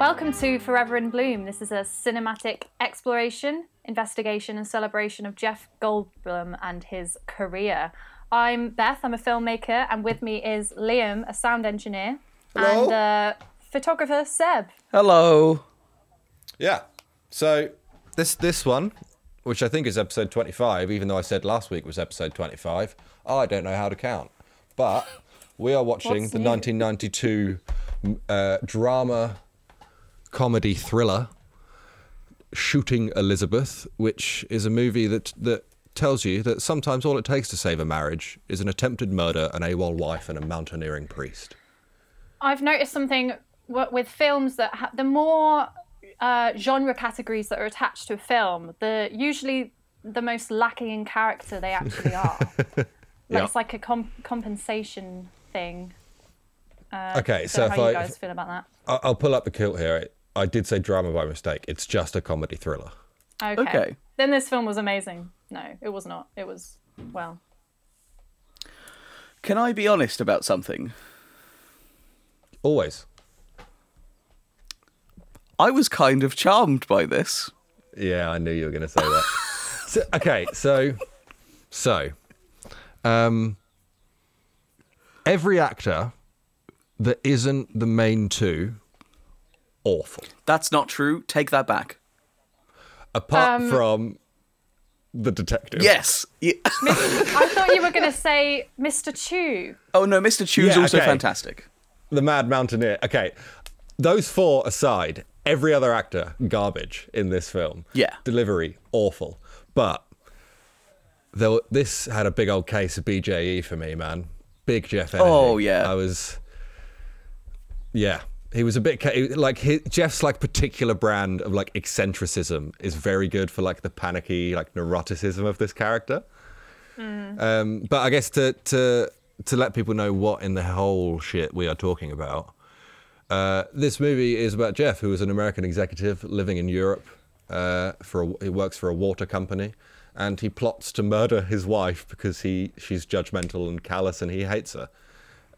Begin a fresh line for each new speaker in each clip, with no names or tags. Welcome to Forever in Bloom. This is a cinematic exploration, investigation, and celebration of Jeff Goldblum and his career. I'm Beth, I'm a filmmaker, and with me is Liam, a sound engineer,
Hello.
and uh, photographer Seb.
Hello.
Yeah. So this this one, which I think is episode 25, even though I said last week was episode 25, I don't know how to count. But we are watching
What's
the
new?
1992 uh, drama comedy thriller Shooting Elizabeth, which is a movie that that tells you that sometimes all it takes to save a marriage is an attempted murder, an AWOL wife, and a mountaineering priest.
I've noticed something w- with films that ha- the more uh, genre categories that are attached to a film, the usually the most lacking in character they actually are. like
Yeah.
It's like a com- compensation thing.
okay,
Uh, So
so
how
if
you
I,
guys feel about
I- I'll pull up the kilt here. I I did say drama by mistake. It's just a comedy thriller.
that? Okay.
Okay.
Then this film was amazing. No, it was not. It was well.
Can I be honest about something?
Always.
I was kind of charmed by this.
Yeah, I knew you were going to say that. so, okay, so, so, um, every actor that isn't the main two, awful.
That's not true. Take that back.
Apart from the detective.
Yes. Ye-
I thought you were going to say Mr. Chu.
oh no, Mr. Chu's
Yeah,
also
okay.
fantastic.
The Mad Mountaineer. Okay, those four aside, every other actor garbage in this film.
Yeah.
delivery awful, but though this had a big old case of BJE for me, man. Big Jeff. Energy.
Oh, yeah.
I was. Yeah, he was a bit ca- like his, Jeff's like particular brand of like eccentricism is very good for like the panicky like neuroticism of this character. Um, but I guess to to to let people know what in the whole shit we are talking about. Uh, this movie is about Jeff, who is an American executive living in Europe. Uh, for a, he works for a water company, and he plots to murder his wife because he she's judgmental and callous, and he hates her.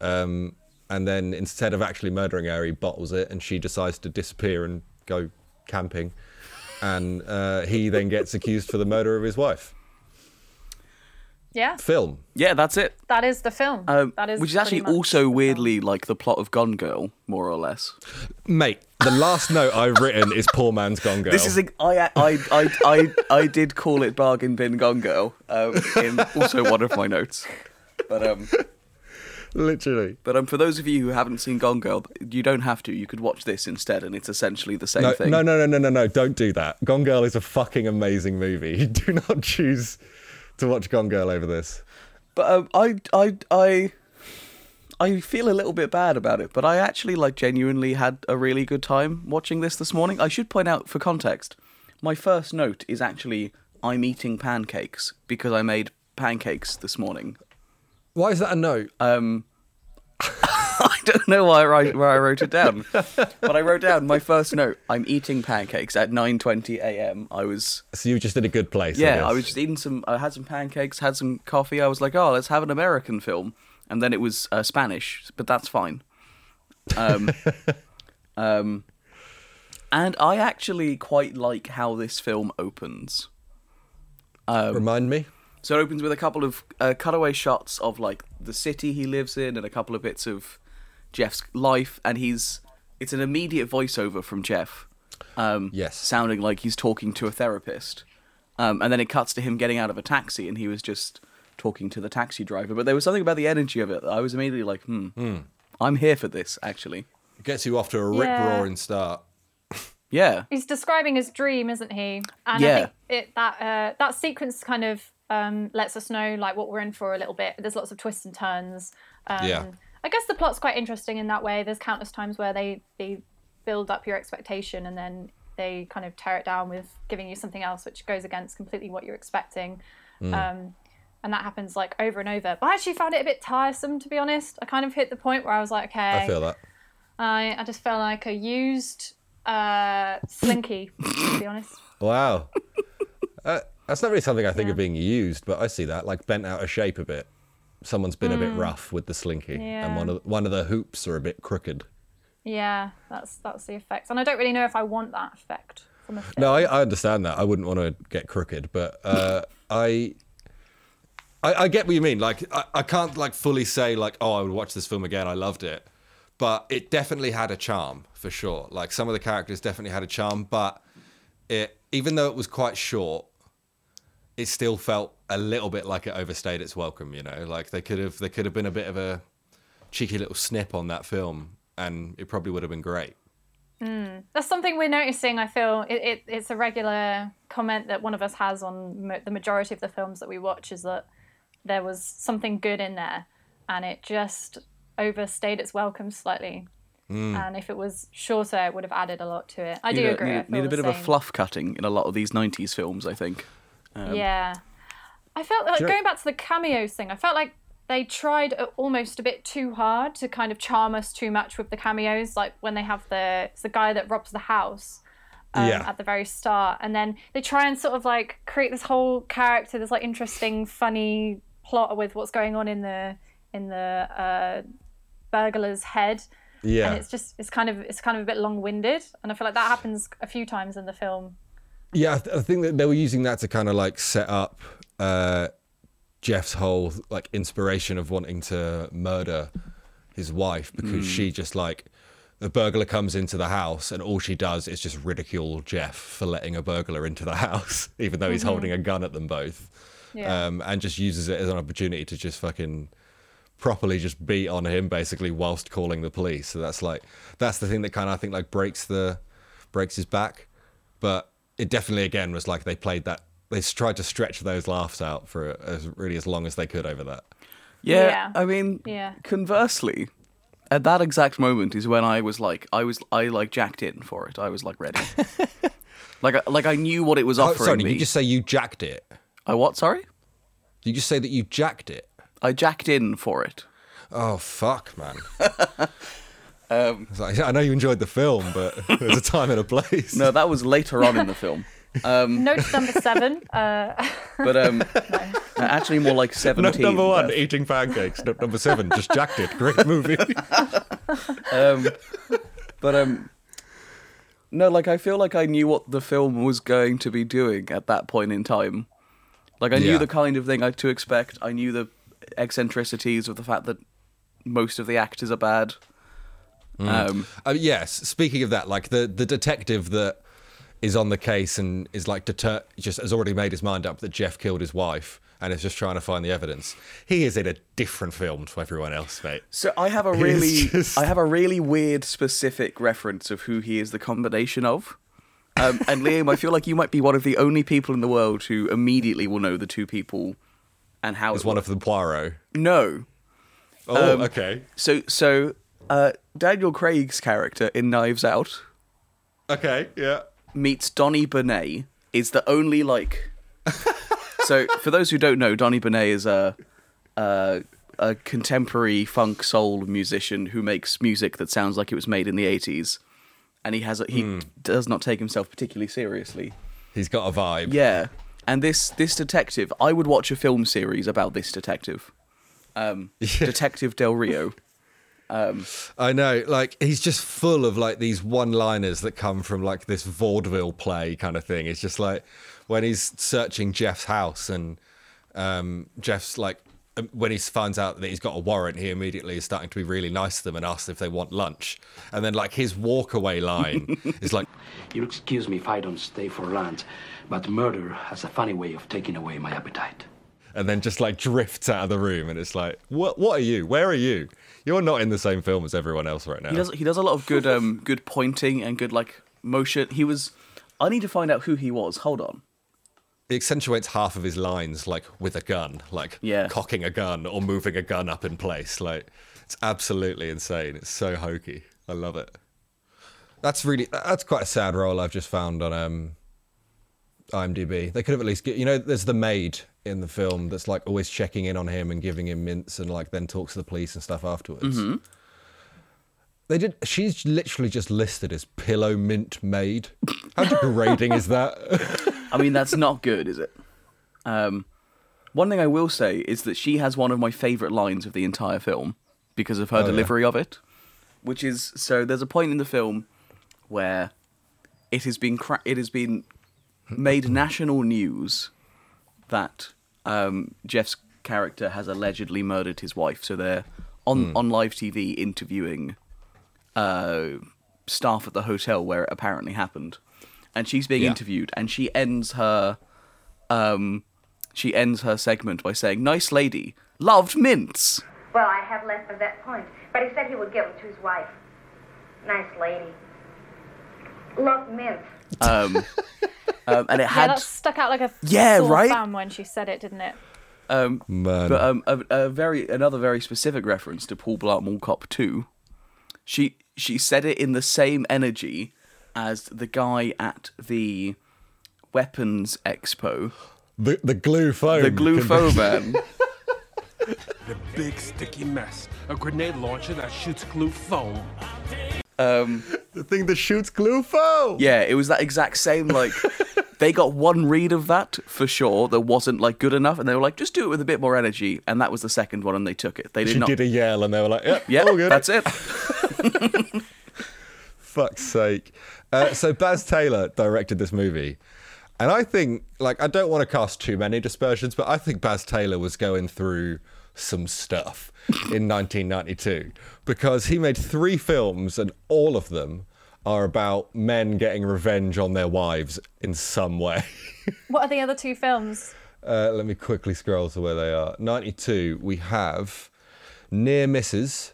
Um, and then instead of actually murdering her, he bottles it, and she decides to disappear and go camping. And uh, he then gets accused for the murder of his wife.
Yeah,
Film.
Yeah, that's it.
that is the film.
Um,
that is
which is
pretty
actually
much the
also
film.
weirdly like the plot of Gone Girl, more or less.
Mate, the last note I've written is poor man's gone girl.
This is a, I, I, I, I, I did call it bargain bin Gone Girl um, in also one of my notes. But um,
literally.
but um, for those of you who haven't seen Gone Girl, you don't have to. You could watch this instead, and it's essentially the same
No,
thing.
no, no, no, no, no, no! Don't do that. Gone Girl is a fucking amazing movie. Do not choose to watch Gone Girl over this.
But um, I, I, I, I feel a little bit bad about it. But I actually like genuinely had a really good time watching this this morning. I should point out for context, my first note is actually I'm eating pancakes because I made pancakes this morning.
Why is that a note?
I don't know why I write, where I wrote it down, but I wrote down my first note. I'm eating pancakes at 9:20 a.m. I was
so you were just in a good place.
Yeah,
guess.
I was just eating some. I had some pancakes, had some coffee. I was like, oh, let's have an American film, and then it was uh, Spanish, but that's fine. Um, um, and I actually quite like how this film opens. um,
Remind me.
So it opens with a couple of uh, cutaway shots of like the city he lives in and a couple of bits of Jeff's life, and he's it's an immediate voiceover from Jeff. Um,
Yes.
sounding like he's talking to a therapist, um, and then it cuts to him getting out of a taxi, and he was just talking to the taxi driver. But there was something about the energy of it. That I was immediately like, hmm, I'm here for this actually.
Gets you off to a rip
Yeah.
roaring start.
Yeah,
He's describing his dream, isn't he? And I
Yeah.
think it, that uh, that sequence kind of um, lets us know like what we're in for a little bit. There's lots of twists and turns. Um,
Yeah.
I guess the plot's quite interesting in that way. There's countless times where they they build up your expectation and then they kind of tear it down with giving you something else which goes against completely what you're expecting.
Hmm.
Um, and that happens like over and over. But I actually found it a bit tiresome to be honest. I kind of hit the point where I was like, okay,
I feel that.
I, I just felt like a used uh, slinky, to be honest.
Wow. uh, that's not really something I think
Yeah.
of being used, but I see that like bent out of shape a bit. Someone's been a bit rough with the slinky,
Mm. Yeah.
and one of one of the hoops are a bit crooked.
Yeah, that's that's the effect, and I don't really know if I want that effect from a film.
No, I, I understand that. I wouldn't want to get crooked, but uh, I, I, I get what you mean. Like, I, I can't like fully say like, oh, I would watch this film again. I loved it, but it definitely had a charm for sure. Like, some of the characters definitely had a charm, but it, even though it was quite short, it still felt a little bit like it overstayed its welcome. You know, like they could have they could have been a bit of a cheeky little snip on that film, and it probably would have been great.
That's something we're noticing. I feel it, it, it's a regular comment that one of us has on mo- the majority of the films that we watch is that there was something good in there, and it just overstayed its welcome slightly. And if it was shorter, it would have added a lot to it. I do
Hmm. need a,
agree. I
Need,
feel
need a
the
bit of a
same.
fluff cutting in a lot of these '90s films, I think.
yeah, I felt like,
Um, Sure.
going back to the cameos thing. I felt like they tried a- almost a bit too hard to kind of charm us too much with the cameos. Like when they have the it's the guy that robs the house. um,
yeah,
at the very start and then they try and sort of like create this whole character this like interesting funny plot with what's going on in the in the uh, burglar's head
yeah.
and it's just it's kind of it's kind of a bit long-winded and i feel like that happens a few times in the film
Yeah, I, th- I think that they were using that to kind of like set up uh, Jeff's whole like inspiration of wanting to murder his wife because she just like the burglar comes into the house and all she does is just ridicule Jeff for letting a burglar into the house, even though he's holding a gun at them both,
Yeah.
um, and just uses it as an opportunity to just fucking properly just beat on him basically whilst calling the police. So that's like that's the thing that kind of I think like breaks the breaks his back. But it definitely again was like they played that they s- tried to stretch those laughs out for as really as long as they could over that.
Yeah,
Yeah.
I mean,
Yeah.
conversely, at that exact moment is when I was like, I was, I like jacked in for it. I was like ready. like, I, like I knew what it was
Oh,
offering
sorry, did
me.
you just say you jacked it?
I what? Sorry,
Did you just say that you jacked it?
I jacked in for it.
Oh fuck, man. Um, It's like, I know you enjoyed the film, but there's a time and a place.
No, that was later on in the film.
Mm.
note number seven uh,
But um, actually, more like
Note
seventeen.
number one,
but-
eating pancakes. Note number seven, just jacked it. Great movie.
um, but um, no, like I feel like I knew what the film was going to be doing at that point in time. Like I
Yeah.
knew the kind of thing I to expect. I knew the eccentricities of the fact that most of the actors are bad. Um,
Uh, yes. Speaking of that, like the the detective that is on the case and is like deter just has already made his mind up that Jeff killed his wife and is just trying to find the evidence. He is in a different film to everyone else, mate.
so I have a
He's
really,
just-
I have a really weird specific reference of who he is the combination of. Um, and Liam, I feel like you might be one of the only people in the world who immediately will know the two people and how
It's one of the Poirot.
no.
Oh, okay,
So so uh, Daniel Craig's character in Knives Out
okay, yeah.
meets Donnie Bernay is the only like. so for those who don't know, Donnie Bernay is a, a a contemporary funk soul musician who makes music that sounds like it was made in the eighties, and he has a, he does not take himself particularly seriously.
He's got a vibe.
Yeah, and this this detective, I would watch a film series about this detective, um, Detective Del Rio.
I know. Like he's just full of like these one-liners that come from like this vaudeville play kind of thing. It's just like when he's searching Jeff's house and um, Jeff's like um, when he finds out that he's got a warrant, he immediately is starting to be really nice to them and asks if they want lunch. And then like his walkaway line is like,
You'll excuse me if I don't stay for lunch, but murder has a funny way of taking away my appetite.
and then just like drifts out of the room. And it's like, what? What are you? Where are you? You're not in the same film as everyone else right now.
He does he does a lot of good um good pointing and good like motion. He was I need to find out who he was. Hold on.
it accentuates half of his lines like with a gun, like
Yeah.
cocking a gun or moving a gun up in place. Like it's absolutely insane. It's so hokey. I love it. That's really that's quite a sad role I've just found on um IMDb. They could have at least get you know there's the maid in the film that's like always checking in on him and giving him mints and like then talks to the police and stuff afterwards. They did. She's literally just listed as pillow mint maid. How degrading is that?
I mean that's not good, is it? Um one thing I will say is that she has one of my favorite lines of the entire film because of her delivery of it. which is so there's a point in the film where it has been cra- it has been made national news that um, Jeff's character has allegedly murdered his wife. So they're on on live TV interviewing uh, staff at the hotel where it apparently happened, and she's being
Yeah.
interviewed, and she ends her um, she ends her segment by saying, "Nice lady, loved mints."
Well, I have left of that point, but he said he would give it to his wife. Nice lady. Love mint.
Um, and it
Yeah,
had
that stuck out like a
Yeah,
sore
right?
thumb when she said it, didn't it?
Man.
But um, a, a very another very specific reference to Paul Blart Mall Cop Two. She she said it in the same energy as the guy at the weapons expo,
the, the glue foam.
the glue
convention.
foam man.
The big sticky mess. A grenade launcher that shoots glue foam.
The thing that shoots glue foam.
Yeah, it was that exact same like. They got one read of that for sure that wasn't like good enough, and they were like, just do it with a bit more energy, and that was the second one, and they took it. They did
She
not.
did a yell and they were like, yep,
yeah,
all good.
that's it.
fuck's sake. Uh, so Baz Taylor directed this movie. And I think, like, I don't want to cast too many dispersions, but I think Baz Taylor was going through some stuff in 1992 because he made three films and all of them are about men getting revenge on their wives in some way.
What are the other two films?
Uh, let me quickly scroll to where they are. 92, we have Near Misses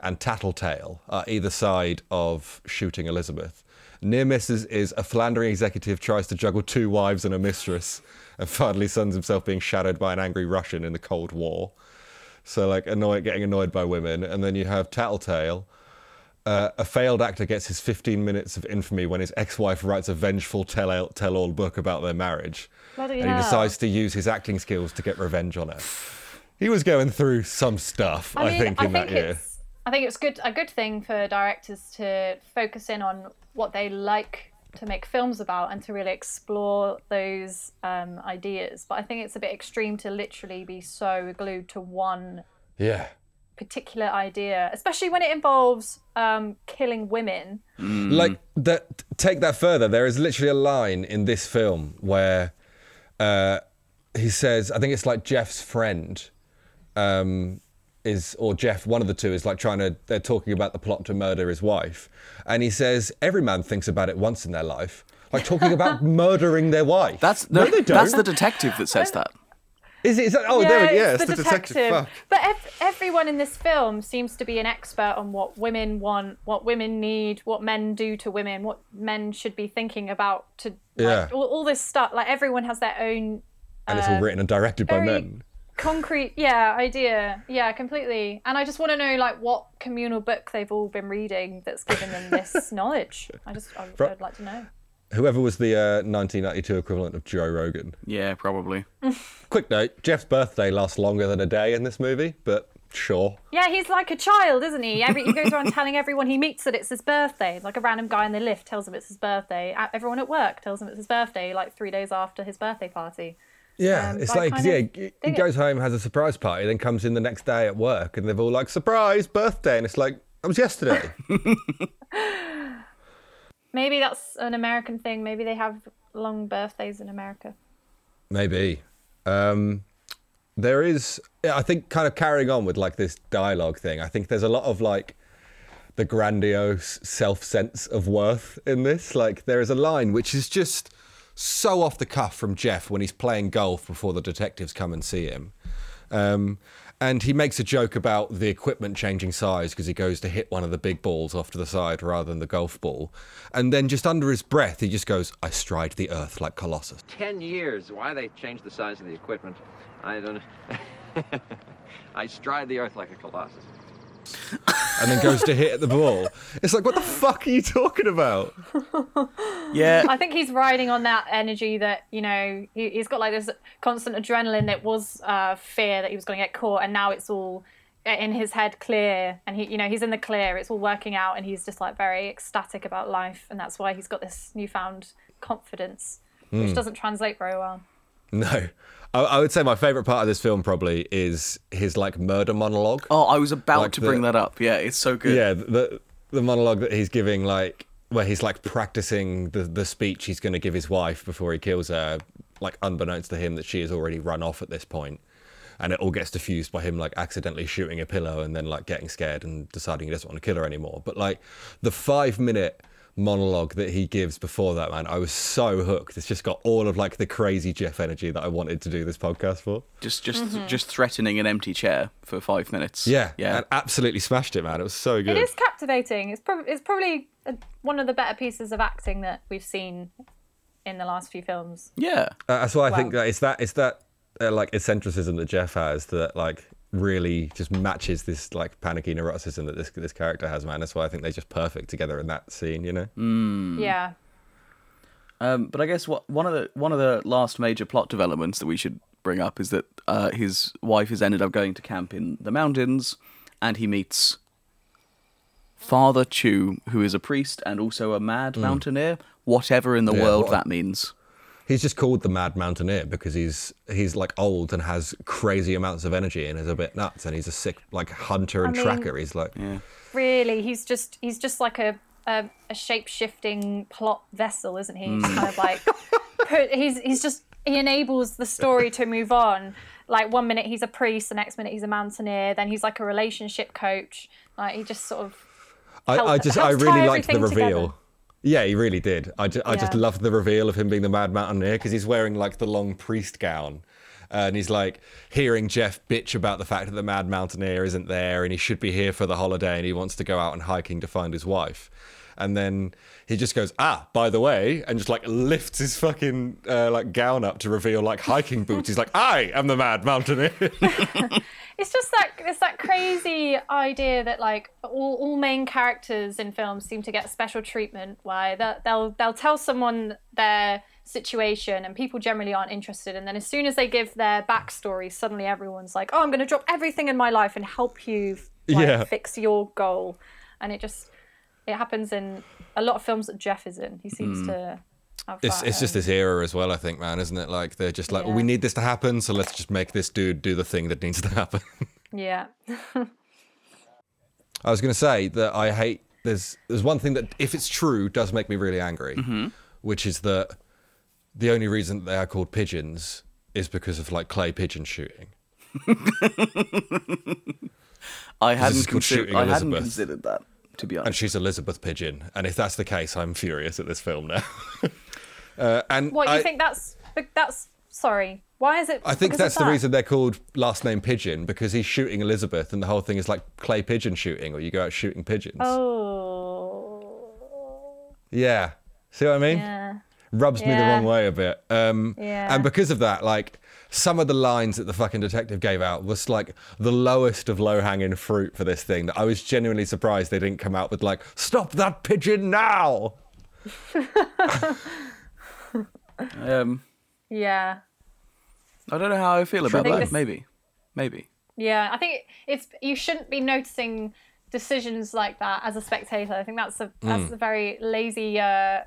and Tattletale are either side of Shooting Elizabeth. Near Misses is a philandering executive tries to juggle two wives and a mistress and finally sends himself being shadowed by an angry Russian in the Cold War. So, like, annoyed, getting annoyed by women. And then you have Tattletale. Uh, a failed actor gets his 15 minutes of infamy when his ex-wife writes a vengeful tell- tell-all book about their marriage
Bloody
and he
hell.
decides to use his acting skills to get revenge on her. He was going through some stuff, I, think, in that year.
it's, I think it's good a good thing for directors to focus in on what they like to make films about and to really explore those um, ideas. But I think it's a bit extreme to literally be so glued to one
Yeah.
particular idea, especially when it involves um, killing women.
Mm.
Like that. Take that further. There is literally a line in this film where uh, he says, "I think it's like Jeff's friend." um, is or Jeff, one of the two, is like trying to. They're talking about the plot to murder his wife, and he says every man thinks about it once in their life, like talking about murdering their wife.
That's no,
no, they don't.
that's the detective that says that.
is, it, is that? Oh, there it is. Yeah, it's the, detective. Fuck.
But ev- everyone in this film seems to be an expert on what women want, what women need, what men do to women, what men should be thinking about to like,
Yeah.
all, all this stuff. Like everyone has their own
And it's all written and directed by
very
men.
concrete, yeah, idea, yeah, completely. And I just want to know like what communal book they've all been reading that's given them this knowledge. I just I, I'd like to know.
Whoever was the uh, 1992 equivalent of Joe Rogan.
Yeah, probably.
Quick note: Jeff's birthday lasts longer than a day in this movie, but sure.
Yeah, he's like a child, isn't he? Every, he goes around telling everyone he meets that it's his birthday. Like a random guy in the lift tells him it's his birthday. A- Everyone at work tells him it's his birthday, like three days after his birthday party.
Yeah,
Um,
it's
but I
like
kind
yeah,
of
he he
dig it.
goes home, has a surprise party, then comes in the next day at work, and they've all like surprise birthday, and it's like that was yesterday.
Maybe that's an American thing. Maybe they have long birthdays in America.
Maybe. Um, there is, yeah, I think, kind of carrying on with like this dialogue thing. I think there's a lot of like the grandiose self sense of worth in this. Like, there is a line which is just so off the cuff from Jeff when he's playing golf before the detectives come and see him. Um, and he makes a joke about the equipment changing size because he goes to hit one of the big balls off to the side rather than the golf ball. And then just under his breath, he just goes, I stride the earth like Colossus.
10 years. Why they changed the size of the equipment, I don't know. I stride the earth like a colossus.
and then goes to hit at the ball. It's like, what the fuck are you talking about?
Yeah,
I think he's riding on that energy that you know he, he's got like this constant adrenaline that was uh, fear that he was going to get caught, and now it's all in his head clear, and he you know he's in the clear. It's all working out, and he's just like very ecstatic about life, and that's why he's got this newfound confidence, which doesn't translate very well.
No. I, I would say my favorite part of this film probably is his like murder monologue.
Oh, I was about
Like
to
the-
bring that up. Yeah, it's so good.
Yeah, the the monologue that he's giving, like where he's like practicing the the speech he's going to give his wife before he kills her, like unbeknownst to him that she has already run off at this point, and it all gets diffused by him like accidentally shooting a pillow and then like getting scared and deciding he doesn't want to kill her anymore. But like the five minute monologue that he gives before that man i was so hooked it's just got all of like the crazy jeff energy that i wanted to do this podcast for
Just just just threatening an empty chair for five minutes.
yeah
yeah.
and uh, absolutely smashed it man it was so good
It is captivating. It's, prob- it's probably uh one of the better pieces of acting that we've seen in the last few films.
yeah.
Uh, That's why I think that it's that it's that uh, like eccentricism that Jeff has that like really just matches this like panicky neuroticism that this this character has, man. That's why I think they're just perfect together in that scene, you know.
Mm. Yeah.
Um, but I guess what one of the one of the last major plot developments that we should bring up is that uh, his wife has ended up going to camp in the mountains, and he meets Father Chu, who is a priest and also a mad mountaineer, whatever in the
Hmm. Yeah,
world
what-
that means.
He's just called the Mad Mountaineer because he's he's like old and has crazy amounts of energy and is a bit nuts and he's a sick like hunter and
I mean-
tracker. He's like
Really, he's just he's just like a a, a shape shifting plot vessel, isn't he? He's kind of like put, he's he's just he enables the story to move on. Like one minute he's a priest, the next minute he's a mountaineer, then he's like a relationship coach. Like he just sort of
I,
help-
I just I
helps
really
tie
liked the
everything
reveal.
together.
Yeah, he really did. I, ju- I just
Yeah.
loved the reveal of him being the Mad Mountaineer because he's wearing like the long priest gown. uh, And he's like hearing Jeff bitch about the fact that the Mad Mountaineer isn't there and he should be here for the holiday and he wants to go out and hiking to find his wife. And then he just goes, ah, by the way, and just like lifts his fucking uh, like gown up to reveal like hiking boots. He's like, I am the Mad Mountaineer.
it's just that it's that crazy idea that like all, all main characters in films seem to get special treatment why they'll, they'll they'll tell someone their situation and people generally aren't interested and then as soon as they give their backstory suddenly everyone's like oh i'm going to drop everything in my life and help you like,
Yeah.
fix your goal and it just it happens in a lot of films that jeff is in he seems to have
Hmm. It's,
that,
it's just
um,
this era as well, I think, man, isn't it? Like they're just like, well, we
Yeah.
need this to happen, so let's just make this dude do the thing that needs to happen.
yeah
I was gonna say that I hate there's there's one thing that if it's true does make me really angry, which is that the only reason they are called pigeons is because of like clay pigeon shooting.
I
is
hadn't
called
considered.
shooting
I hadn't
Elizabeth.
considered that to be
and
honest.
she's Elizabeth Pigeon. And if that's the case, I'm furious at this film now. uh, and
what you
I,
think that's that's sorry why is it
I think
because of
that's the
that?
reason they're called last name Pigeon because he's shooting Elizabeth, and the whole thing is like clay pigeon shooting, or you go out shooting pigeons.
Oh.
Yeah. See what I mean?
Yeah.
Rubs me the
Yeah.
wrong way a bit. Um,
Yeah.
And because of that, like, some of the lines that the fucking detective gave out was like the lowest of low hanging fruit for this thing that I was genuinely surprised they didn't come out with, like, stop that pigeon now.
Um,
Yeah.
I don't know how I feel about
think
that.
this-
Maybe, maybe.
Yeah. I think it's you shouldn't be noticing decisions like that as a spectator. I think that's a
Hmm.
that's a very lazy uh,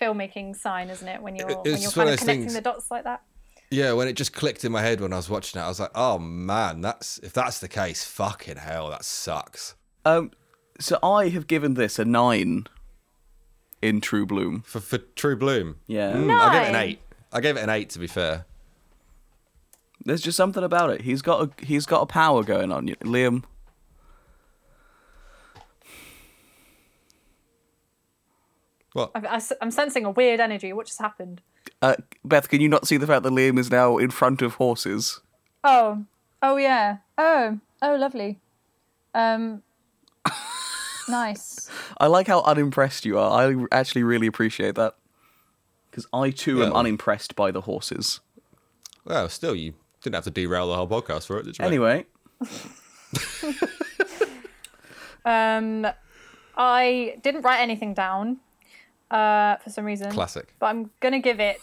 filmmaking sign, isn't it? When you're when
it's
you're kind
one of
of
those
connecting
things-
the dots like that.
Yeah, when it just clicked in my head when I was watching it, I was like, oh man, that's if that's the case, fucking hell, that sucks.
Um, so I have given this a nine in True Bloom.
For, for True Bloom. Mm,
Yeah.
I gave it an
Nine.
eight. I gave it an eight to be fair.
There's just something about it. He's got a he's got a power going on, Liam.
What?
I, am sensing a weird energy. What just happened?
Uh, Beth, can you not see the fact that Liam is now in front of horses?
Oh. Oh yeah. Oh. Oh lovely. Um. nice.
I like how unimpressed you are. I actually really appreciate that because I too am
Well.
unimpressed by the horses.
Well, still, you didn't have to derail the whole podcast for it, did you? mate?
Anyway,
Um, I didn't write anything down uh, for some reason.
Classic.
But I'm going to give it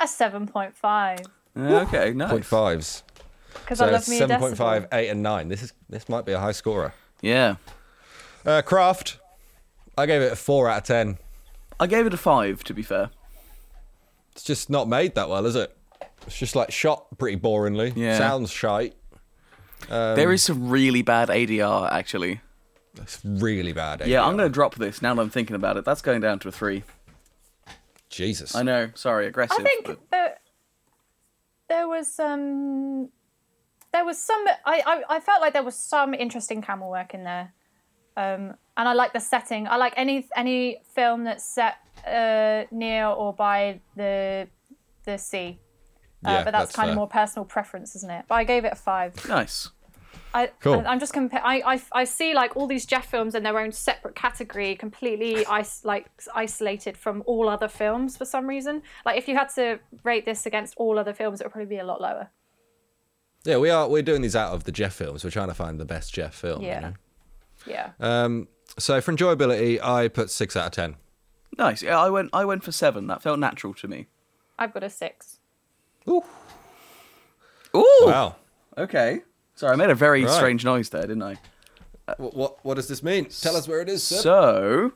a 7.5
Uh, okay,
Point
nice.
fives.
because I
So
love me
seven
a
point
decibel.
five, eight, and nine. This is this might be a high scorer.
Yeah,
Uh, Craft, I gave it a four out of ten.
I gave it a five. To be fair,
It's just not made that well, is it? It's just like shot pretty boringly.
Yeah.
Sounds shite.
there is some really bad ADR actually.
It's really bad. eh?
Yeah,
ADR.
I'm going to drop this now that I'm thinking about it. That's going down to a three.
Jesus.
I know. Sorry, aggressive.
I think
but-
that there was um there was some I, I I felt like there was some interesting camel work in there. Um and I like the setting. I like any any film that's set uh near or by the the sea. Uh,
Yeah,
but that's, kind
fair.
of more personal preference, isn't it? But I gave it a five.
nice.
I,
Cool.
I, am just compare. I, I I see like all these Jeff films in their own separate category, completely is- like isolated from all other films for some reason. Like if you had to rate this against all other films, it would probably be a lot lower.
Yeah, we are. We're doing these out of the Jeff films. We're trying to find the best Jeff film. you
Yeah.
know?
Yeah.
Um. So for enjoyability, I put six out of ten.
Nice. Yeah, I went. I went for seven. That felt natural to me.
I've got a six.
Ooh.
Ooh.
Wow.
Okay. Sorry, I made a very
Right.
strange noise there, didn't I?
What, what What does this mean? Tell us where it is. Sir.
So,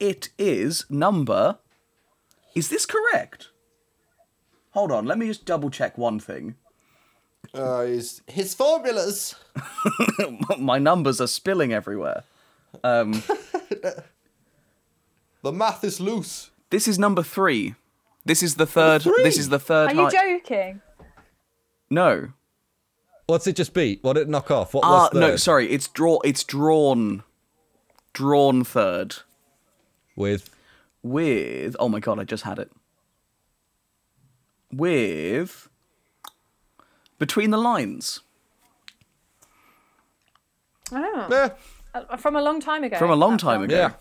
it is number. Is this correct? Hold on. Let me just double check one thing.
Uh, his, his formulas.
My numbers are spilling everywhere.
The math is loose.
This is number three. This is the third. This is the third.
Are you
hi-
joking?
No.
What's it just beat? What did it knock off? What
Ah,
was
no.
third?
Sorry. It's draw. It's drawn. Drawn third
With
with. Oh my god! I just had it. With. Between the lines
Oh.
eh,
Uh, From a long time ago.
from a long
that
time
film.
ago.
yeah,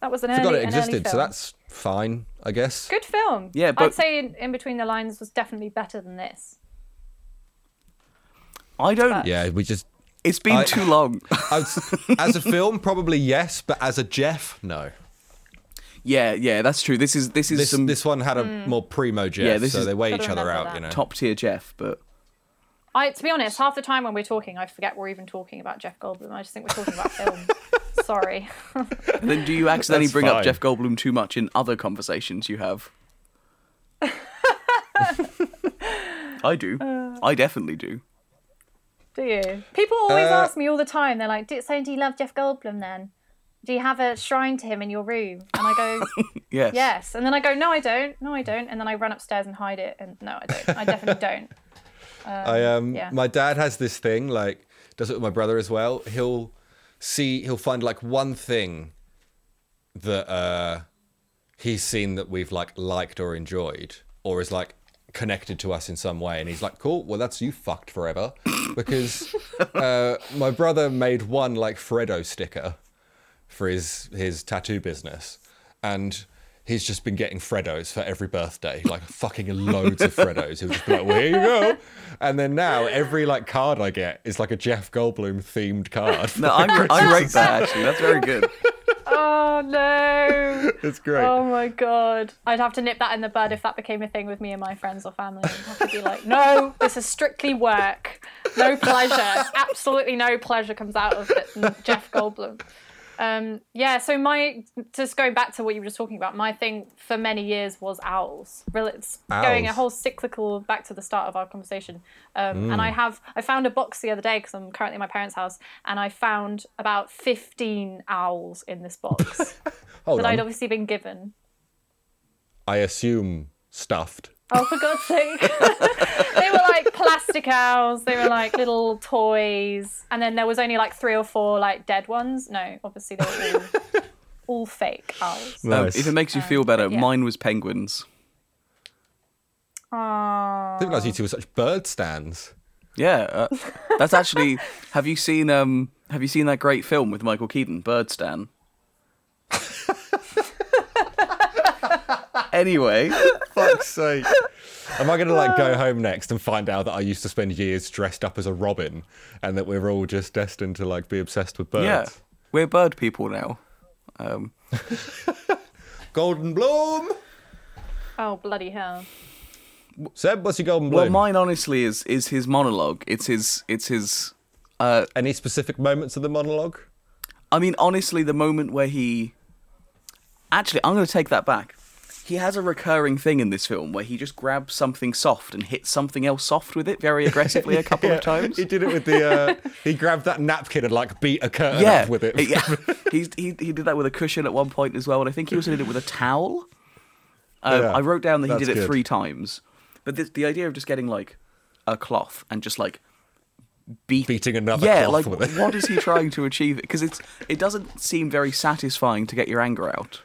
That was an
forgot
early,
it
an early
existed. So
film.
that's fine, I guess.
good film.
Yeah, but-
I'd say in, in Between the Lines was definitely better than this.
I don't.
Yeah, we just.
It's been
I-
too long.
I was, as a film, probably yes, but as a Jeff, no.
yeah, yeah, that's true. This is this is
This
some
this one had a
Hmm.
more primo Jeff,
Yeah, this
so
is-
they weigh
Gotta
each other
remember
out. You know.
top tier Jeff, but
I, to be honest, half the time when we're talking, I forget we're even talking about Jeff Goldblum. I just think we're talking about films. Sorry.
then do you accidentally
That's
bring
fine.
up Jeff Goldblum too much in other conversations you have? I do. I definitely do.
Do you? People always
Uh,
ask me all the time. They're like, "Do- "So do you love Jeff Goldblum then? Do you have a shrine to him in your room?" And I go,
Yes.
"Yes." And then I go, "No, I don't. No, I don't." And then I run upstairs and hide it. And no, I don't. I definitely don't.
I um
yeah.
my dad has this thing like does it with my brother as well. He'll see he'll find like one thing that uh he's seen that we've like liked or enjoyed or is like connected to us in some way and he's like cool well that's you fucked forever because uh my brother made one like Fredo sticker for his his tattoo business, and he's just been getting Fredos for every birthday, like fucking loads of Fredos. He'll just be like, "Well, here you go," and then now every like card I get is like a Jeff Goldblum themed card.
No, I, I rate that actually. That's very good.
Oh no!
it's great.
Oh my god! I'd have to nip that in the bud if that became a thing with me and my friends or family. I'd have to be like, "No, this is strictly work. No pleasure. Absolutely no pleasure comes out of it. Jeff Goldblum." Um, yeah, so my just going back to what you were just talking about, my thing for many years was owls. Really, it's going a
Owls.
whole cyclical back to the start of our conversation. Um, And I have I found a box the other day because I'm currently at my parents' house, and I found about 15 owls in this box
Hold
that
on.
I'd obviously been given.
I assume stuffed.
Oh, for God's sake. they were like plastic owls. They were like little toys. And then there was only like three or four like dead ones. No, obviously they were all, all fake owls.
Um, if it makes you feel better,
yeah.
mine was penguins.
Aww.
I didn't realize you two were such bird stands.
Yeah, uh, that's actually. Have you seen um? Have you seen that great film with Michael Keaton, Birdstan? anyway,
Fuck's sake. Uh. Am I gonna like go home next and find out that I used to spend years dressed up as a robin and that we're all just destined to like be obsessed with birds?
yeah, we're bird people now. Um,
Golden Bloom.
Oh, bloody hell.
Seb, what's your Golden Bloom?
Well, mine honestly is is his monologue. It's his. It's his.
Any specific moments of the monologue?
I mean, honestly, the moment where he. Actually, I'm going to take that back. he has a recurring thing in this film where he just grabs something soft and hits something else soft with it very aggressively a couple of times.
He did it with the. Uh, he grabbed that napkin and like beat a curtain
yeah,
up with it.
yeah. He's, he he did that with a cushion at one point as well, and I think he also did it with a towel. Um,
Yeah,
I wrote down that he
that's
did it
good.
three times, but this, the idea of just getting like a cloth and just like beat,
Beating another
yeah,
cloth
like
with it.
what is he trying to achieve? Because it's it doesn't seem very satisfying to get your anger out.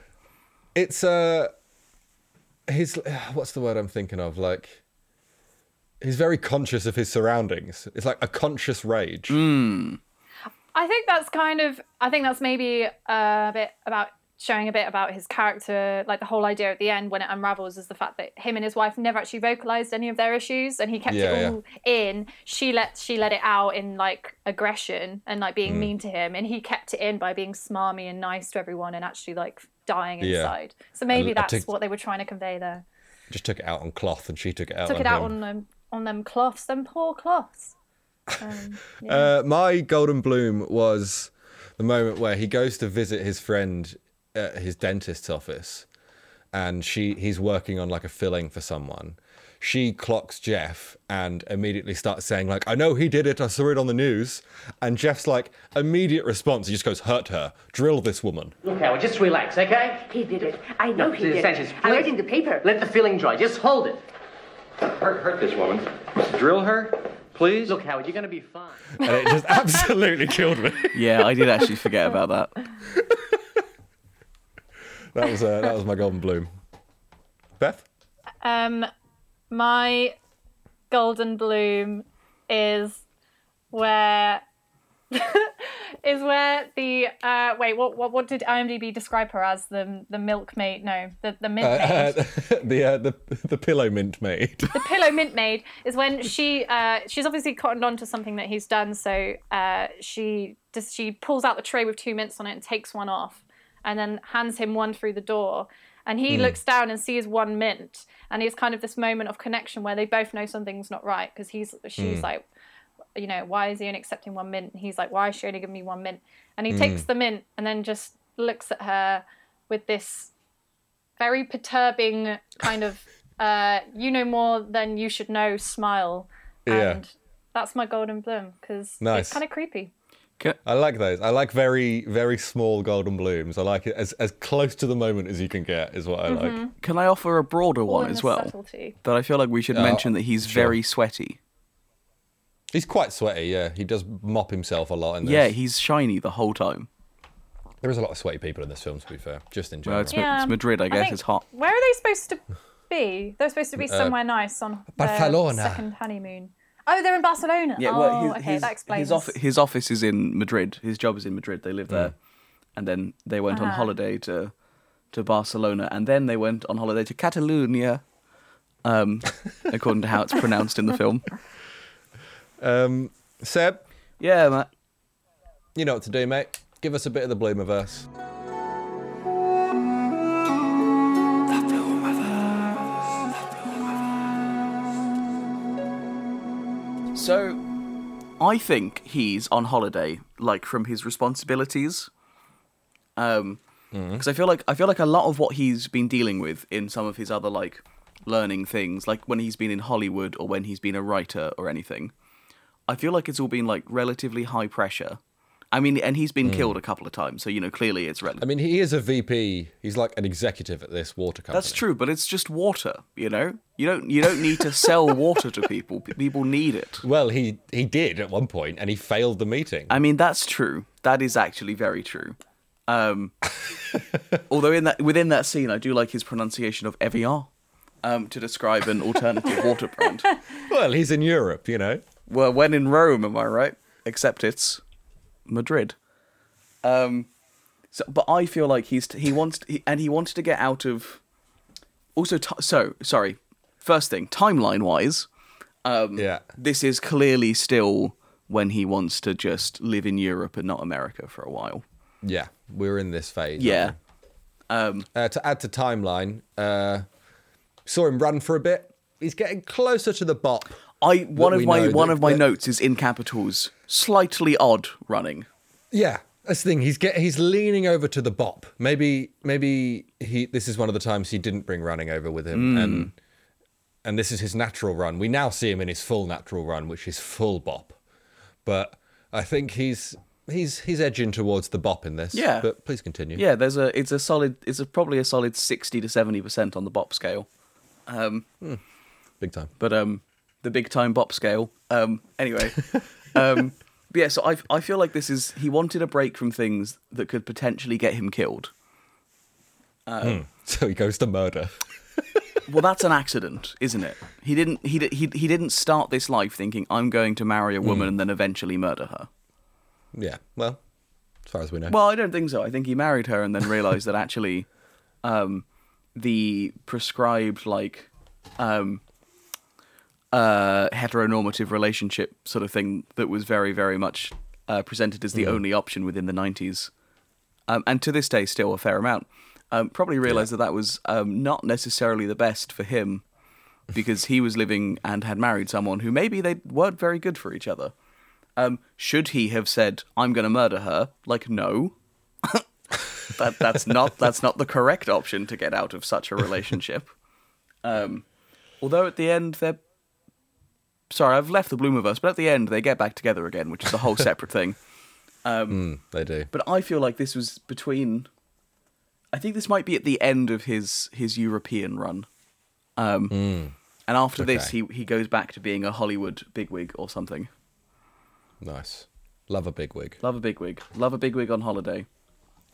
It's uh, his. What's the word I'm thinking of? Like, he's very conscious of his surroundings. It's like a conscious rage.
I think that's kind of. I think that's maybe a bit about showing a bit about his character. Like the whole idea at the end when it unravels is the fact that him and his wife never actually vocalized any of their issues, and he kept
Yeah,
it all in. She let she let it out in like aggression and like
Mm.
being mean to him, and he kept it in by being smarmy and nice to everyone, and actually like dying
Yeah.
inside. So maybe
I
that's
think-
what they were trying to convey there.
Just took it out on cloth, and she took it out.
Took
on
it out
him.
on them on them cloths, them poor cloths. Um, yeah.
Uh, my golden bloom was the moment where he goes to visit his friend at his dentist's office, and she he's working on like a filling for someone. She clocks Jeff and immediately starts saying like, "I know he did it. I saw it on the news." And Jeff's like immediate response. He just goes, "Hurt her. Drill this woman."
Look, Howard, just relax, okay?
He did it. I know he
Mrs.
did it.
Sanchez,
I'm
please.
reading the paper.
Let the feeling dry. Just hold it.
Hurt, hurt this woman. Drill her, please.
Look, Howard, you're going to be fine.
And it just absolutely killed me.
Yeah, I did actually forget about that.
That was uh, that was my golden bloom. Beth,
Um, my golden bloom is where is where the uh, wait what, what what did IMDb describe her as the the milkmaid no the the mint maid
uh, the uh, the the pillow mint maid.
the pillow mint maid is when she uh, she's obviously cottoned on to something that he's done so uh, she just she pulls out the tray with two mints on it and takes one off and then hands him one through the door and he looks down and sees one mint and it's kind of this moment of connection where they both know something's not right because he's she's like you know why is he only accepting one mint and he's like why is she only giving me one mint and
Hmm.
he takes the mint and then just looks at her with this very perturbing kind of uh, you know more than you should know smile.
Yeah.
And that's my golden bloom because
Nice.
it's kind of creepy.
I like those. I like very, very small golden blooms. I like it as, as close to the moment as you can get is what I like.
Can I offer a broader
All
one
in
as
the
well?
Subtlety.
That I feel like we should
Uh,
mention that he's very sweaty.
He's quite sweaty, yeah. He does mop himself a lot in this.
Yeah, he's shiny the whole time.
there is a lot of sweaty people in this film, to be fair, just in general.
Well, it's, Ma- it's Madrid, I guess.
think-
It's hot.
Where are they supposed to be? They're supposed to be somewhere nice on their
Uh, Barcelona.
second honeymoon. Oh, they're in Barcelona.
Yeah,
oh,
well, his,
okay,
his,
that explains. Mm.
his, offi- his office is in Madrid. His job is in Madrid. They live there, and then they went
Uh-huh.
on holiday to to Barcelona, and then they went on holiday to Catalonia, um, according to how it's pronounced in the film.
Seb,
Yeah, Matt.
you know what to do, mate. Give us a bit of the bloomiverse.
So, I think he's on holiday, like from his responsibilities. Um,
Mm-hmm.
because I feel like I feel like a lot of what he's been dealing with in some of his other like learning things, like when he's been in Hollywood or when he's been a writer or anything, I feel like it's all been like relatively high pressure. I mean, and he's been killed a couple of times, so you know clearly it's relative.
Mm. I mean, he is a VP. He's like an executive at this water company.
That's true, but it's just water, you know. You don't you don't need to sell water to people. P- People need it.
Well, he he did at one point, and he failed the meeting.
I mean, that's true. That is actually very true. Um, although in that within that scene, I do like his pronunciation of Evian um, to describe an alternative water brand.
well, he's in Europe, you know.
Well, when in Rome, am I right? Except it's Madrid. Um, so, but I feel like he's he wants he, and he wanted to get out of. Also, ti so sorry. First thing, timeline wise,
Yeah.
this is clearly still when he wants to just live in Europe and not America for a while.
Yeah. We're in this phase. aren't
Yeah. Um,
we? Uh, to add to timeline, uh, saw him run for a bit. He's getting closer to the bop.
I one
That
of
we
my
know
one
that-
of my
that-
notes is in capitals, slightly odd running.
Yeah, That's the thing. He's get he's leaning over to the bop. Maybe maybe he this is one of the times he didn't bring running over with him, and and this is his natural run. We now see him in his full natural run, which is full bop. But I think he's he's he's edging towards the bop in this.
Yeah.
But please continue.
Yeah, there's a it's a solid it's a, probably a solid sixty to seventy percent on the bop scale.
Big time.
but um, the big time bop scale. Um, anyway, um, but yeah. So I I feel like this is he wanted a break from things that could potentially get him killed.
So he goes to murder.
Well, that's an accident, isn't it? He didn't he di- he he didn't start this life thinking I'm going to marry a woman and then eventually murder her.
Yeah. Well, as far as we know.
Well, I don't think so. I think he married her and then realized that actually, um, the prescribed like, um, uh, heteronormative relationship sort of thing that was very, very much uh, presented as the only option within the '90s, um, and to this day still a fair amount. Um, probably realized that that was um, not necessarily the best for him, because he was living and had married someone who maybe they weren't very good for each other. Um, should he have said, "I'm going to murder her"? Like, no. that that's not that's not the correct option to get out of such a relationship. Um, although at the end they're sorry, I've left the Bloomerverse, but at the end they get back together again, which is a whole separate thing.
they do.
But I feel like this was between. I think this might be at the end of his his European run, um, and after this
Okay.
he he goes back to being a Hollywood bigwig or something.
Nice. Love a big wig.
Love a bigwig. Love a bigwig on holiday.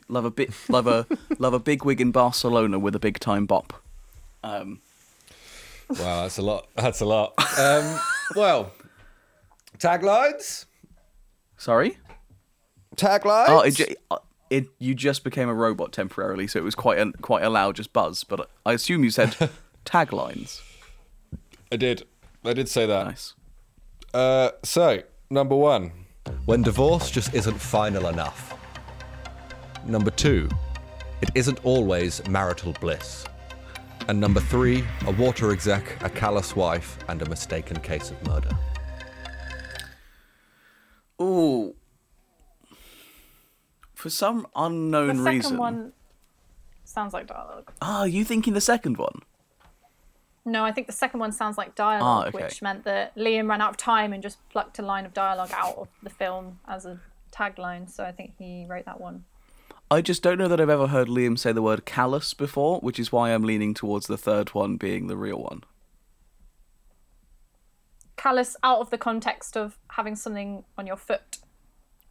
Love a bit. Love a love a bigwig in Barcelona with a big time bop. Um,
Wow, that's a lot. That's a lot. Um, well, taglines.
sorry.
Taglines?
Oh, it, ju- uh, it you just became a robot temporarily, so it was quite a, quite a loud just buzz. But I assume you said taglines.
I did. I did say that.
Nice.
Uh, so, number one. When divorce just isn't final enough. Number two. It isn't always marital bliss. And number three, a water exec, a callous wife, and a mistaken case of murder.
Ooh. For some
The
unknown
second
reason.
one sounds like dialogue.
Ah, you thinking the second one?
No, I think the second one sounds like dialogue,
Ah, okay.
which meant that Liam ran out of time and just plucked a line of dialogue out of the film as a tagline. So I think he wrote that one.
I just don't know that I've ever heard Liam say the word callous before, which is why I'm leaning towards the third one being the real one.
Callous out of the context of having something on your foot.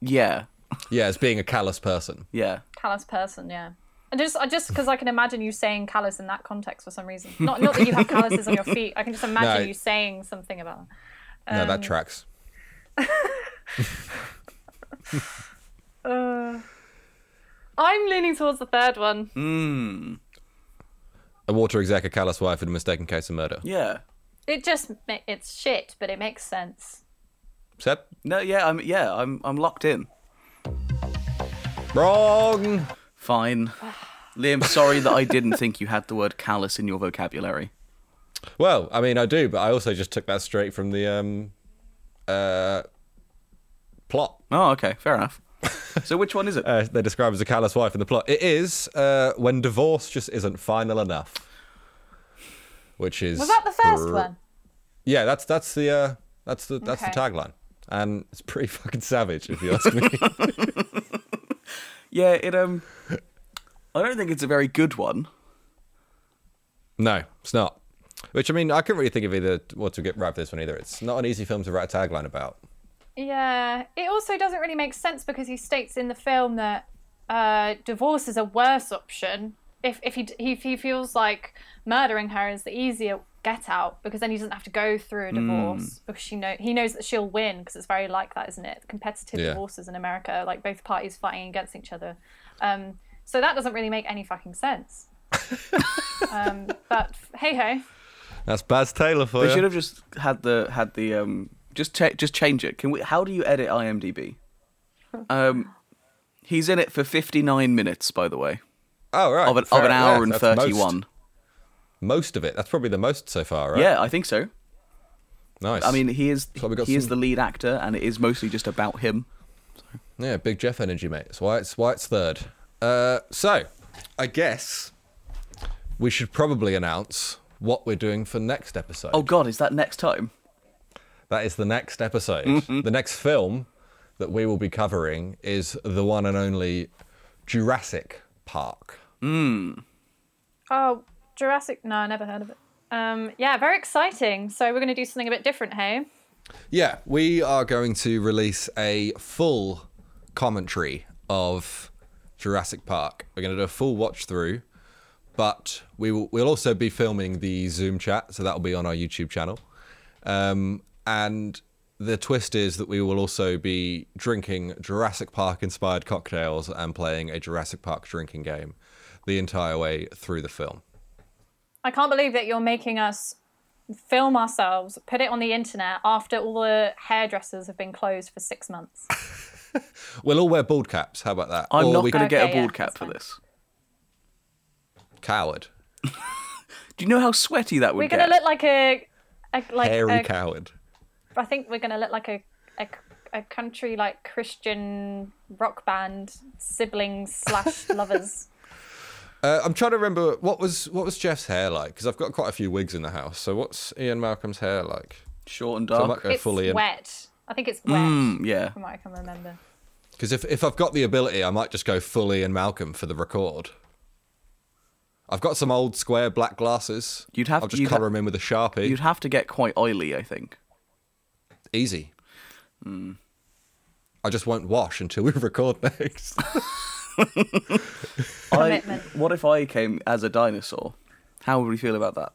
Yeah,
Yeah, as being a callous person.
yeah.
Callous person, yeah. And just, I just because I can imagine you saying callous in that context for some reason. Not, not that you have calluses on your feet. I can just imagine
No.
you saying something about that.
No, that tracks.
I'm leaning towards the third one.
A water exec, a callous wife, and a mistaken case of murder.
Yeah.
It just ma- it's shit, but it makes sense.
Seb?
No, yeah, I'm yeah, I'm I'm locked in.
Wrong!
Fine. Liam, sorry that I didn't think you had the word callous in your vocabulary.
Well, I mean, I do, but I also just took that straight from the um, uh, plot.
Oh, okay, fair enough. So which one is it?
Uh, they describe as a callous wife in the plot. It is uh, when divorce just isn't final enough, which is
Was that the first
br-
one?
Yeah, that's that's the uh, that's the that's
Okay.
the tagline, and it's pretty fucking savage if you ask me.
yeah, it um I don't think it's a very good one.
no, it's not. Which I mean, I couldn't really think of either what to get right for this one either. It's not an easy film to write a tagline about.
Yeah, it also doesn't really make sense because he states in the film that uh, divorce is a worse option. If if he d- if he feels like murdering her is the easier get out because then he doesn't have to go through a divorce because she know he knows that she'll win because it's very like that, isn't it? Competitive
Yeah.
divorces in America, like both parties fighting against each other. Um, so that doesn't really make any fucking sense. um, but hey ho,
That's Baz Taylor for
They
you.
should have just had the had the um just cha- just change it. Can we how do you edit IMDb? Um he's in it for 59 minutes by the way.
oh right,
Of an,
fair-
of an hour
yeah,
and
that's
31.
Most, most of it. That's probably the most so far, right?
Yeah, I think so.
nice.
I mean, he is
So we got
he is
some-
the lead actor, and it is mostly just about him.
Yeah, big Jeff energy, mate. It's why it's why it's third. Uh, so, I guess we should probably announce what we're doing for next episode.
Oh God, is that next time?
That is the next episode.
Mm-hmm.
The next film that we will be covering is the one and only Jurassic Park.
Oh, Jurassic. No, I never heard of it. Um, yeah, very exciting. So we're going to do something a bit different, hey?
Yeah, we are going to release a full commentary of Jurassic Park. We're going to do a full watch through, but we will, we'll also be filming the Zoom chat, so that will be on our YouTube channel. Um, and the twist is that we will also be drinking Jurassic Park inspired cocktails and playing a Jurassic Park drinking game the entire way through the film.
I can't believe that you're making us film ourselves, put it on the internet after all the hairdressers have been closed for six months.
We'll all wear bald caps. How about that?
I'm
Or
not
we
going to
Okay,
can
get a
yeah,
bald
that's
cap for
fine.
this.
coward,
Do you know how sweaty that would
We're
get?
going to look like a, a like
hairy
uh,
a,
coward.
I think we're going to look like a, a a country like Christian rock band siblings slash lovers.
Uh, I'm trying to remember what was what was Jeff's hair like because I've got quite a few wigs in the house. So what's Ian Malcolm's hair like?
Short and
So I
dark.
might go
It's
full Ian
wet. I think it's wet.
Mm, yeah.
From what I can remember.
because if if I've got the ability, I might just go full Ian Malcolm for the record. I've got some old square black glasses.
You'd have-
I'll just
you'd
colour
ha-
them in with a sharpie.
You'd have to get quite oily, I think.
Easy.
Hmm.
I just won't wash until we record next.
I,
Commitment.
what if I came as a dinosaur? How would we feel about that?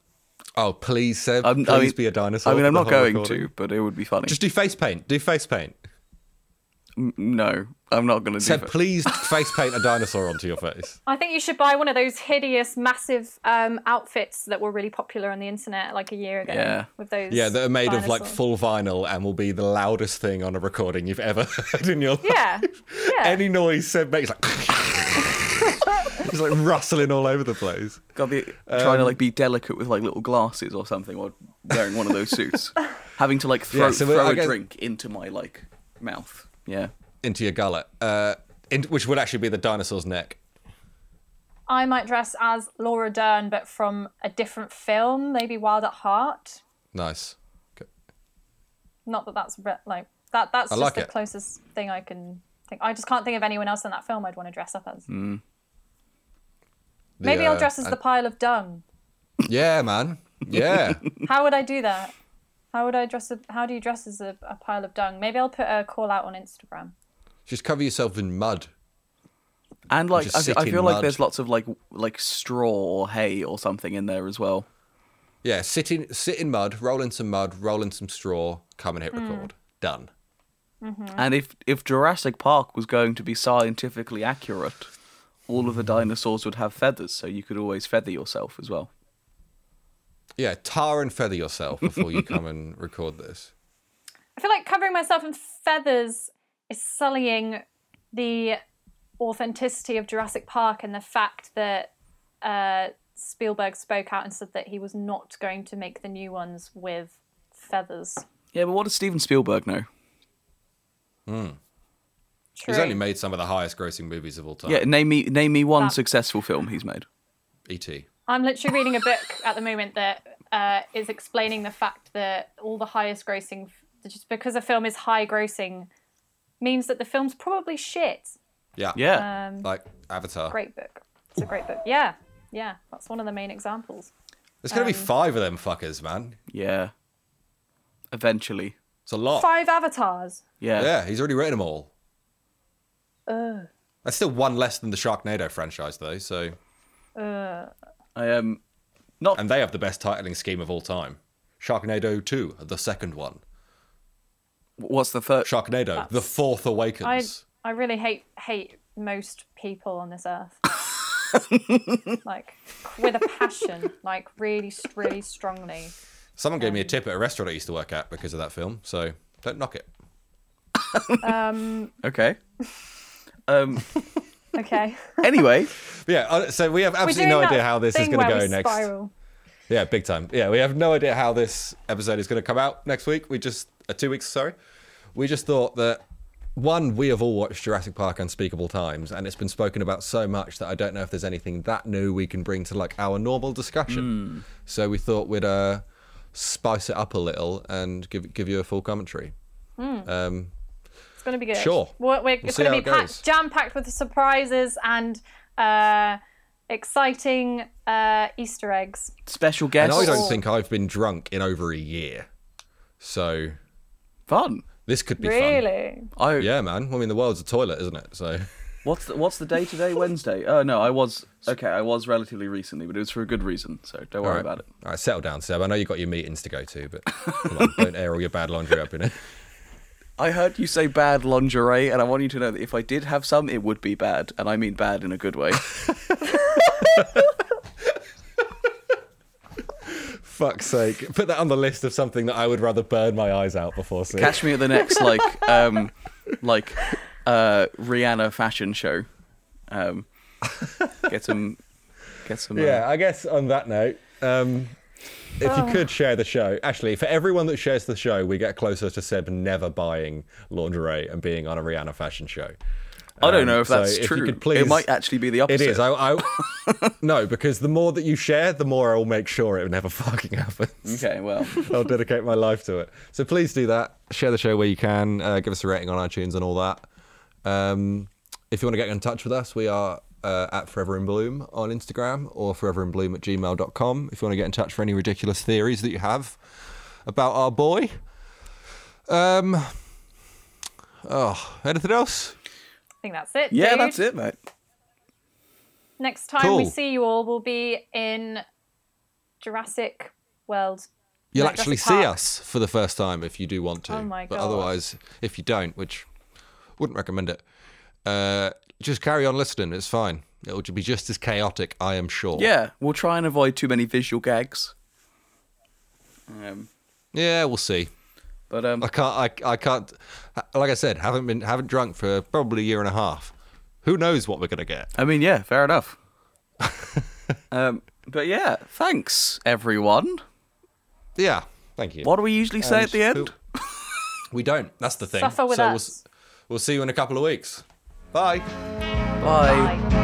oh please, Seb,
I'm-
please be a dinosaur.
I mean,
for
I'm
the
not
whole
going
recording.
to, but it would be funny.
Just do face paint. Do face paint.
no, I'm not going to do
Seb,
it.
please face paint a dinosaur onto your face.
I think you should buy one of those hideous, massive um, outfits that were really popular on the internet like a year ago.
Yeah.
With those.
Yeah, that are made of like
dinosaurs.
full vinyl and will be the loudest thing on a recording you've ever heard in your life.
Yeah. Yeah.
Any noise Seb makes like it's like rustling all over the place.
Got the trying
um,
to like be delicate with like little glasses or something, or wearing one of those suits, having to like throw,
Yeah, so we-
throw
I
a
guess-
drink into my like mouth. Yeah,
Into your gullet. Uh in, which would actually be the dinosaur's neck.
I might dress as Laura Dern, but from a different film, maybe Wild at Heart.
Nice. Okay.
Not that that's re- like that. That's
I
just
like
the
it.
closest thing I can think. I just can't think of anyone else in that film I'd want to dress up as.
The,
Maybe I'll
uh,
dress as the pile of dung.
Yeah, man. Yeah.
How would I do that? How would I dress? A, how do you dress as a, a pile of dung? Maybe I'll put a call out on Instagram.
Just cover yourself in mud.
and like
just
I, I
sit in
feel like
mud.
there's lots of like w- like straw or hay or something in there as well.
Yeah, sit in sit in mud, roll in some mud, roll in some straw, come and hit
Hmm.
record. Done.
And if if Jurassic Park was going to be scientifically accurate, all of the dinosaurs would have feathers, so you could always feather yourself as well.
Yeah, tar and feather yourself before you come and record this.
I feel like covering myself in feathers is sullying the authenticity of Jurassic Park and the fact that uh, Spielberg spoke out and said that he was not going to make the new ones with feathers.
Yeah, but what does Steven Spielberg know?
True.
He's only made some of the highest grossing movies of all time.
Yeah, name me name me one
That-
successful film he's made.
E.T.
I'm literally reading a book at the moment that uh, is explaining the fact that all the highest grossing, just because a film is high grossing, means that the film's probably shit.
Yeah.
Yeah.
Like Avatar.
Um, Great book. It's a great book. Yeah. Yeah. That's one of the main examples.
There's going to
Um,
be five of them fuckers, man.
yeah. Eventually.
It's a lot.
Five avatars.
Yeah.
Yeah, he's already written them all.
Ugh.
That's still one less than the Sharknado franchise, though. So,
I um not
and they have the best titling scheme of all time. Sharknado 2, the second one.
what's the first
Sharknado, the fourth
I
awakens.
I really hate hate most people on this earth. like with a passion, like really st- really strongly.
Someone gave me
um,
a tip at a restaurant I used to work at because of that film. So don't knock it.
Okay. Um
Okay.
anyway,
But yeah, uh, so we have
We're
absolutely
doing
no
that
idea how this is
thing
going to
where
go
we
next.
Spiral.
Yeah, big time. Yeah, we have no idea how this episode is going to come out next week. We just, uh, two weeks, sorry. We just thought that one, we have all watched Jurassic Park unspeakable times, and it's been spoken about so much that I don't know if there's anything that new we can bring to like our normal discussion. So we thought we'd uh, spice it up a little and give give you a full commentary. Um,
It's going to be good.
Sure.
We're, we're, it's
see
going
how
to
it
be packed,
goes.
jam-packed with surprises and uh, exciting uh, Easter eggs.
Special
and
guest.
I don't think I've been drunk in over a year, so
Fun.
this could be fun.
Really?
I,
Yeah, man. Well, I mean, the world's a toilet, isn't it? So
What's the, what's the day today? Wednesday. Oh no, I was okay. I was relatively recently, but it was for a good reason. So don't worry
all right,
about it.
all right, settle down, Seb. I know you have got your meetings to go to, but come on, don't air all your bad laundry up in it.
I heard you say bad lingerie, and I want you to know that if I did have some, it would be bad, and I mean bad in a good way.
Fuck's sake. Put that on the list of something that I would rather burn my eyes out before seeing.
Catch me at the next like um like uh Rihanna fashion show. Um, get some, get some. uh,
yeah, I guess on that note, um, if you could share the show, actually, for everyone that shares the show, we get closer to Seb never buying lingerie and being on a Rihanna fashion show.
I don't
Um,
know if
so
that's
if you
true.
could please-
It might actually be the
It
opposite.
is. I, I no, because the more that you share, the more I will make sure it never fucking happens.
Okay, well,
I'll dedicate my life to it. So please do that. Share the show where you can. Uh, give us a rating on iTunes and all that. Um, if you want to get in touch with us, we are uh, at Forever in Bloom on Instagram or Forever in Bloom at gmail.com. If you want to get in touch for any ridiculous theories that you have about our boy. Um, oh, anything else?
I think that's it.
yeah,
dude.
that's it, mate.
Next time we
Cool.
see you all will be in Jurassic World.
You'll
Like
actually
Jurassic
see
Park.
us for the first time if you do want to.
Oh my
But
God.
otherwise, if you don't, which wouldn't recommend it, uh, just carry on listening. It's fine. It'll be just as chaotic, I am sure.
Yeah, we'll try and avoid too many visual gags. Um,
Yeah, we'll see.
but um,
I can't. I, I can't. Like I said, haven't been haven't drunk for probably a year and a half. Who knows what we're gonna get?
I mean, yeah, fair enough. um, but yeah, thanks everyone.
Yeah. Thank you.
What do we usually say at the
And
end?
who- We don't. That's the thing.
Suffer with
so We'll,
us.
s- we'll see you in a couple of weeks. Bye.
Bye.
Bye.